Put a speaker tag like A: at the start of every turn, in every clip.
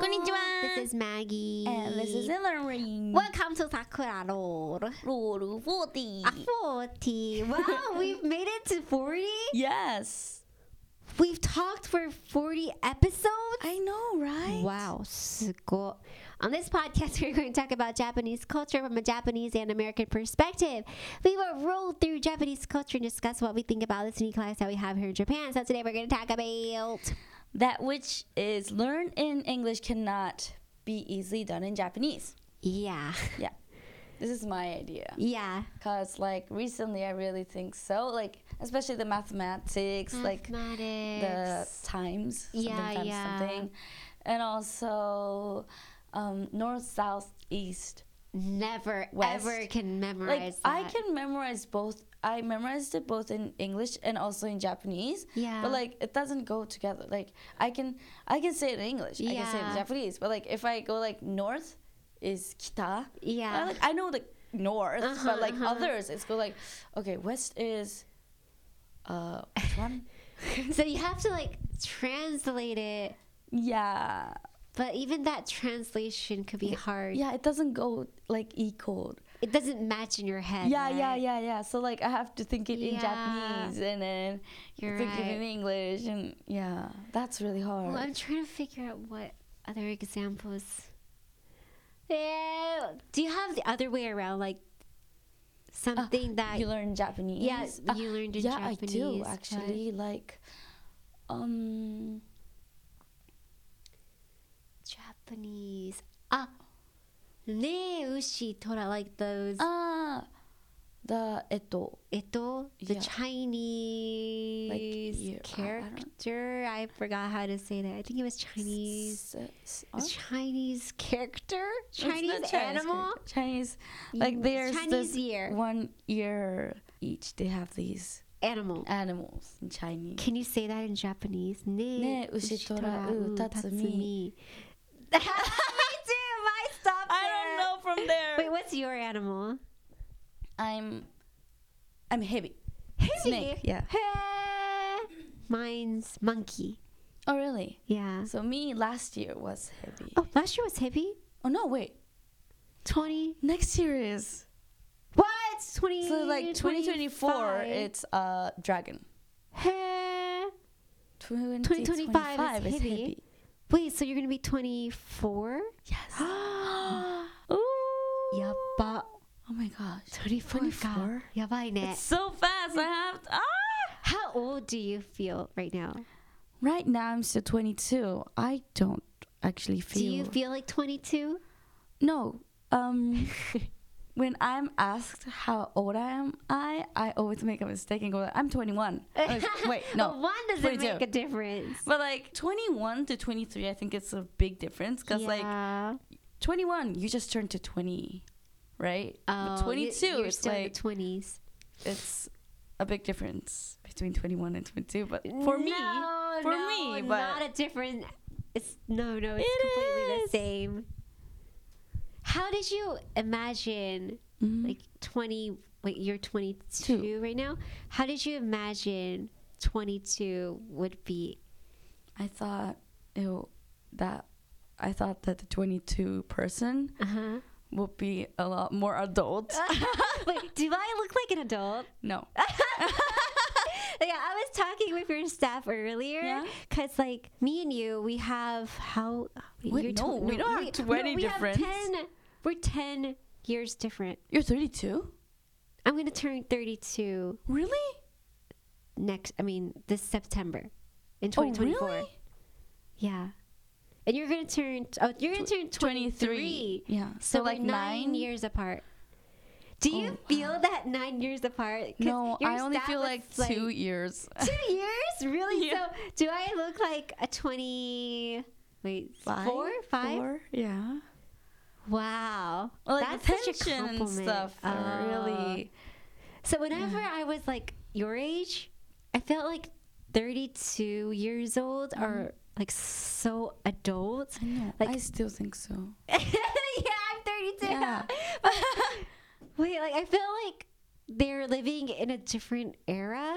A: Konnichiwa.
B: This is Maggie.
A: And this is Hillary.
B: Welcome to Sakura Road.
A: Ruru 40.
B: Ah, 40. Wow, we've made it to 40.
A: Yes.
B: We've talked for 40 episodes.
A: I know, right?
B: Wow, すごい On this podcast, we're going to talk about Japanese culture from a Japanese and American perspective. We will roll through Japanese culture and discuss what we think about this unique lifestyle we have here in Japan. So today we're going to talk about
A: That which is learned in English cannot be easily done in Japanese.
B: yeah,
A: Yeah. This is my idea.
B: yeah,
A: Because, like, recently I really think so. Like, especially the mathematics, like, the
B: mathematics.
A: times,
B: Yeah,
A: something times
B: yeah.
A: something, and also um, north, south, east.
B: never
A: West.
B: ever can
A: Like
B: memorize.
A: I
B: that.
A: can memorize both. I memorized it both in English and also in Japanese.
B: Yeah.
A: But like it doesn't go together. Like I can I can say it in English. I can say it in
B: Yeah.
A: Japanese. But like if I go like north is kita.
B: Yeah.
A: I, like I know the north,
B: Uh-huh,
A: but like
B: uh-huh.
A: others it's go like okay west is uh which one?
B: so you have to like translate it,
A: yeah.
B: but even that translation could be hard.
A: Yeah, it doesn't go like equal.
B: It doesn't match in your head.
A: Yeah, yeah,
B: right?
A: yeah, yeah. So like I have to think it in
B: Yeah.
A: Japanese and then
B: You're
A: think it
B: right.
A: in English and yeah, that's really hard.
B: Well, I'm trying to figure out what other examples. Yeah. Do you have the other way around, like
A: Ah,
B: something that
A: you learn Japanese.
B: Yes,
A: Ah,
B: you learned in
A: yeah,
B: Japanese?
A: I do
B: but-
A: actually. Like, um,
B: Japanese. Ah, ne ushi tora, like those.
A: ah, the eto.
B: Ito, the
A: Yeah.
B: Chinese
A: yeah, I- I don't-
B: character. I, forgot how to say that. I think it was Chinese.
A: S- s-
B: a
A: huh?
B: Chinese character,
A: It's not
B: Chinese animal.
A: character. Chinese, like there's
B: Chinese
A: this
B: year.
A: one year each. They have these
B: Animal.
A: animals in Chinese.
B: Can you say that in Japanese? Ne,
A: Ne ushitora u
B: tatsumi.
A: tatsumi.
B: Me too. I stopped. there.
A: I don't know from there.
B: Wait, what's your animal?
A: I'm, I'm heavy. Snake, yeah.
B: Hey. Mine's monkey.
A: Oh really?
B: Yeah.
A: So me last year was heavy.
B: Oh, last year was hippie.
A: oh no, wait.
B: Twenty.
A: Next year is
B: What? Twenty.
A: So like 2024,
B: 25.
A: it's uh dragon.
B: Hey.
A: 2025 is
B: heavy.
A: heavy.
B: Wait, so you're gonna be 24?
A: Yes.
B: Ooh. Yabba.
A: Oh my gosh.
B: 24.
A: 24?
B: やばいね.
A: It's so fast. I have to, ah!
B: How old do you feel right now?
A: Right now I'm still 22. I don't actually feel.
B: Do you feel like 22?
A: No. Um. When I'm asked how old I am, I I always make a mistake and go, I'm 21. I'm like, Oh, Wait, no.
B: But one doesn't
A: 22.
B: make a difference.
A: But like 21 to 23, I think it's a big difference because like
B: Yeah.
A: 21 you just turned to 20 right
B: Oh,
A: But
B: you-
A: 22
B: You're
A: it's
B: still in
A: like
B: the 20s.
A: it's a big difference between 21 and 22 but for me
B: No,
A: for
B: no,
A: me
B: not a
A: but
B: different. It's no, no. It's
A: It
B: completely the
A: is.
B: same. How did you imagine
A: Mhm.
B: like 20 like you're 22 right now how did you imagine 22 would be
A: i thought ew, that i thought that the 22 person
B: uh-huh
A: would be a lot more adult
B: wait do i look like an adult
A: no
B: yeah i was talking with your staff earlier
A: Yeah?
B: because like me and you we have how wait,
A: Wait, no, we don't have 20
B: we
A: difference.
B: have 10, we're 10 years different
A: you're 32
B: i'm gonna turn 32
A: really
B: next i mean this september in
A: oh
B: 2024
A: really
B: Yeah. And you're gonna turn oh you're gonna turn twenty
A: 23.
B: three.
A: Yeah.
B: So,
A: So,
B: like
A: like,
B: nine,
A: nine-
B: years apart. Do you
A: Oh,
B: feel that nine years apart? 'Cause
A: no
B: your
A: i only
B: stat
A: feel
B: was,
A: like, two years
B: two years? Really?
A: Yeah.
B: So do I look like a twenty wait
A: Five?
B: four? Five?
A: Four? yeah
B: Wow.
A: well, like
B: That's
A: the
B: such a
A: tension
B: compliment.
A: and stuff are
B: Oh.
A: really
B: So whenever I was like your age, I felt like 32 years old or
A: Mm-hmm.
B: like so adult.
A: I know.
B: Like-
A: I still think so.
B: yeah, I'm 32.
A: Yeah.
B: But- Wait, like I feel like they're living in a different era.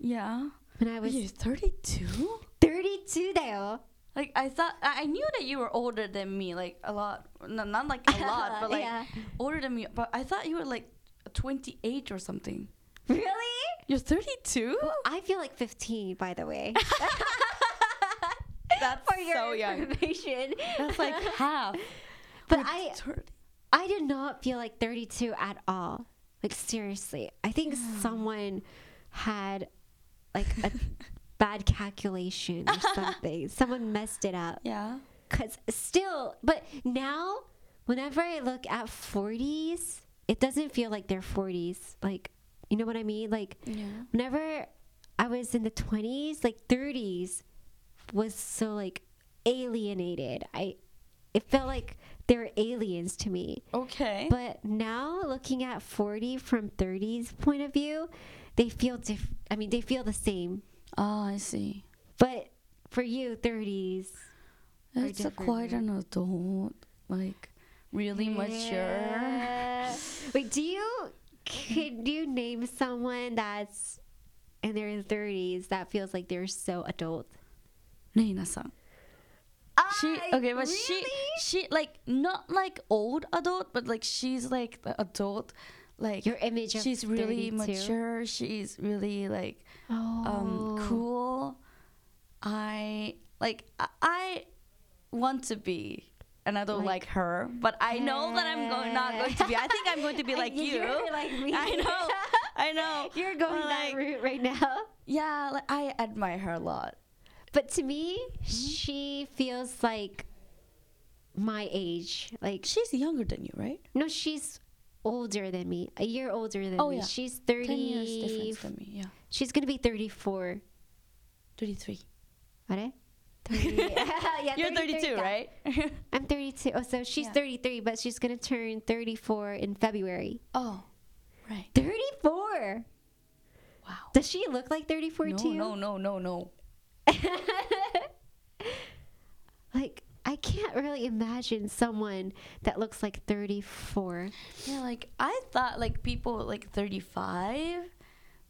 A: Yeah.
B: When I was
A: You're 32?
B: 32 though.
A: like I thought I I knew that you were older than me, like a lot. No, not like a lot, but like
B: Yeah.
A: older than me. But I thought you were like 28 or something.
B: Really?
A: You're 32.
B: Well, I feel like 15, by the way.
A: That's
B: For your
A: so young.
B: information.
A: That's like half.
B: But
A: Wait,
B: I-
A: 30.
B: I did not feel like 32 at all. Like seriously, I think someone had like a bad calculation or something. someone messed it up.
A: Yeah.
B: Cause still, but now whenever I look at 40s, it doesn't feel like they're 40s. Like you know what I mean? Like
A: Yeah.
B: whenever I was in the 20s, like 30s was so like alienated. I it felt like they were aliens to me.
A: Okay.
B: But now looking at 40 from 30's point of view, they feel diff- I mean, they feel the same.
A: oh, I see.
B: But for you, 30s. are
A: It's a
B: different,
A: quite
B: right?
A: an adult, like really mature.
B: Yeah. Wait, do you can you name someone that's in their 30s that feels like they're so adult?
A: Nina-san. She
B: I-
A: okay, but she
B: really?
A: she like not like old adult, but like she's like the adult. Like
B: Your image of
A: she's really
B: 32?
A: mature. She's really like um
B: Oh.
A: cool. I like I, I want to be. And I don't like,
B: Like-
A: her, but I know that I'm go- not going to be. I think I'm going to be like you.
B: You're like me.
A: I know, I know.
B: You're going
A: But,
B: that
A: like,
B: route right now.
A: Yeah, like I admire her a lot.
B: But to me,
A: Mm-hmm.
B: she feels like my age. Like
A: She's younger than you, right?
B: no, she's older than me. A year older than
A: Oh,
B: me.
A: yeah.
B: She's
A: Ten years
B: thirty.
A: difference than me. Yeah,
B: She's gonna be thirty-four.
A: thirty-three.
B: What? eh? 30. yeah,
A: You're
B: 33,
A: 32,
B: yeah.
A: right?
B: I'm 32. Oh, so she's
A: Yeah.
B: 33, but she's gonna turn 34 in February.
A: oh, right.
B: 34.
A: Wow.
B: Does she look like 34
A: No,
B: to you?
A: no, no, no, no.
B: Like I can't really imagine someone that looks like 34.
A: Yeah, like I thought, like people like 35,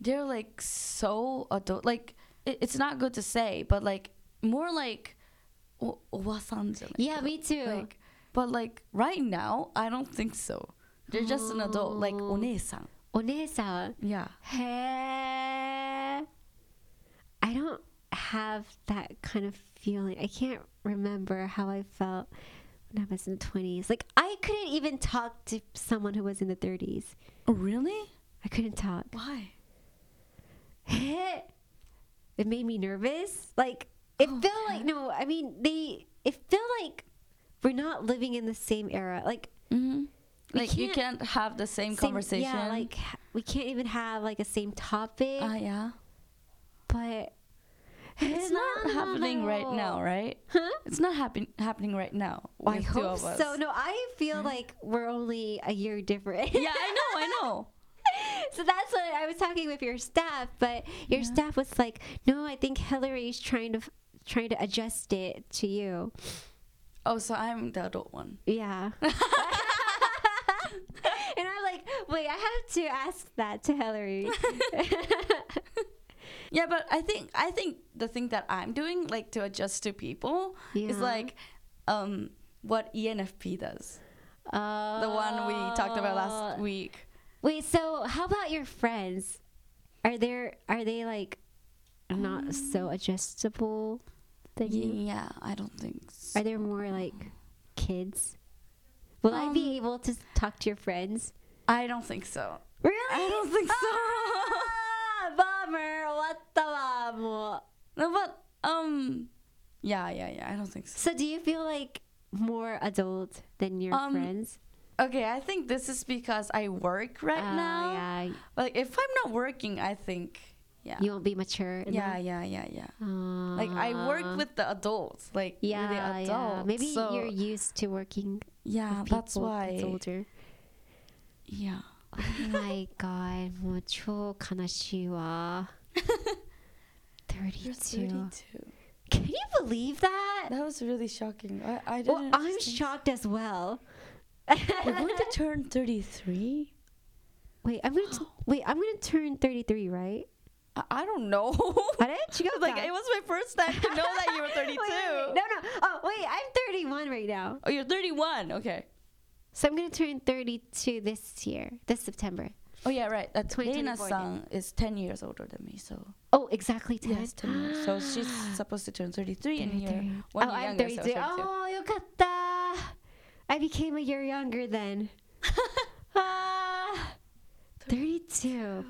A: they're like so adult. Like it, it's not good to say, but like more like o- owasan-san.
B: Yeah, me too.
A: Like, but like right now, I don't think so. They're just an adult, like
B: Oh.
A: onesan.
B: Onesa.
A: Yeah.
B: Hey. I don't have that kind of feeling. I can't remember how I felt when I was in the 20s. Like, I couldn't even talk to someone who was in the 30s.
A: Oh, Really?
B: I couldn't talk.
A: Why?
B: it made me nervous. Like, it
A: Oh,
B: felt like, no, I mean, they, it felt like we're not living in the same era. Like,
A: Mm-hmm.
B: We
A: Like you
B: can't-
A: can't have the same,
B: same-
A: conversation.
B: Yeah, like, ha- we can't even have, like, a same topic.
A: ah, yeah.
B: but
A: It's not happening right now, right?
B: Huh?
A: It's not happen- happening right now.
B: I
A: with two
B: hope
A: of us.
B: so. No, I feel like we're only a year different.
A: yeah, I know, I know.
B: so that's what I was talking with your staff, but your
A: Yeah.
B: staff was like, "No, I think Hillary's trying to f- trying to adjust it to you."
A: Oh, so I'm the adult one.
B: Yeah. and I'm like, "Wait, I have to ask that to Hillary."
A: Yeah, but I think I think the thing that I'm doing, like to adjust to people, is
B: Yeah.
A: like um, what ENFP does.
B: Uh,
A: The one we talked about last week.
B: Oh. Wait, so how about your friends? Are there are they like not
A: Um,
B: so adjustable than you?
A: Yeah, I don't think. So.
B: Are there more like kids? Will I
A: Um,
B: be able to s- talk to your friends?
A: I don't think so.
B: Really?
A: I don't think so.
B: Ah, bummer. What the bummer.
A: No, but um, yeah, yeah, yeah. I don't think
B: So
A: so.
B: do you feel like more adult than your
A: Um,
B: friends?
A: Okay, I think this is because I work right
B: Ah,
A: now.
B: yeah.
A: Like if I'm not working, I think yeah,
B: You won't be mature. Ah.
A: yeah, yeah, yeah, yeah. Like I work with the adults, like
B: yeah,
A: really adults.
B: yeah. Maybe
A: so,
B: you're used to working
A: yeah.
B: with
A: That's
B: people
A: why
B: that's older.
A: yeah.
B: Oh my god, もう超悲しい わ。
A: You're
B: 32.
A: 32.
B: Can you believe that?
A: That was really shocking. I I didn't.
B: Well, I'm
A: think-
B: shocked as well.
A: You're going to turn 33.
B: Wait, I'm gonna t- wait. I'm gonna turn 33, right?
A: I, I don't know.
B: あれ違うか
A: like it was my first time to know that you were
B: Wait, wait,
A: 32.
B: wait. No, no. Oh, wait. I'm 31 right now.
A: Oh, you're 31. Okay.
B: So I'm going to turn 32 this year, this September.
A: Oh yeah, right. That's
B: 2024 then.
A: Reina-san is 10 years older than me, so
B: Oh, exactly 10.
A: yeah, it's 10 years. So she's supposed to turn 33 and you're
B: oh,
A: one year
B: I'm
A: younger, so
B: 32.
A: 32.
B: Oh, よかった I became a year younger then. Ah, 32.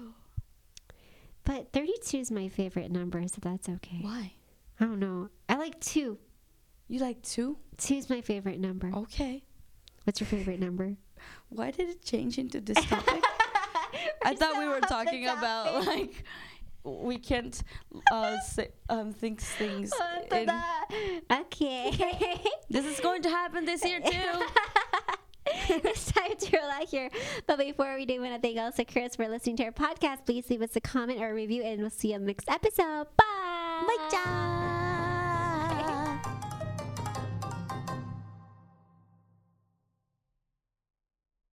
B: But 32 is my favorite number, so that's okay.
A: Why?
B: I don't know. I like 2.
A: You like two?
B: 2 is my favorite number.
A: Okay.
B: What's your favorite number?
A: Why did it change into this topic? I thought we were talking about like we can't uh, say, um, think things. in-
B: okay.
A: this is going to happen this year too.
B: it's time to relax here. But before we do, we want to thank also Chris for listening to our podcast. Please leave us a comment or a review, and we'll see you on the next episode. Bye. Bye.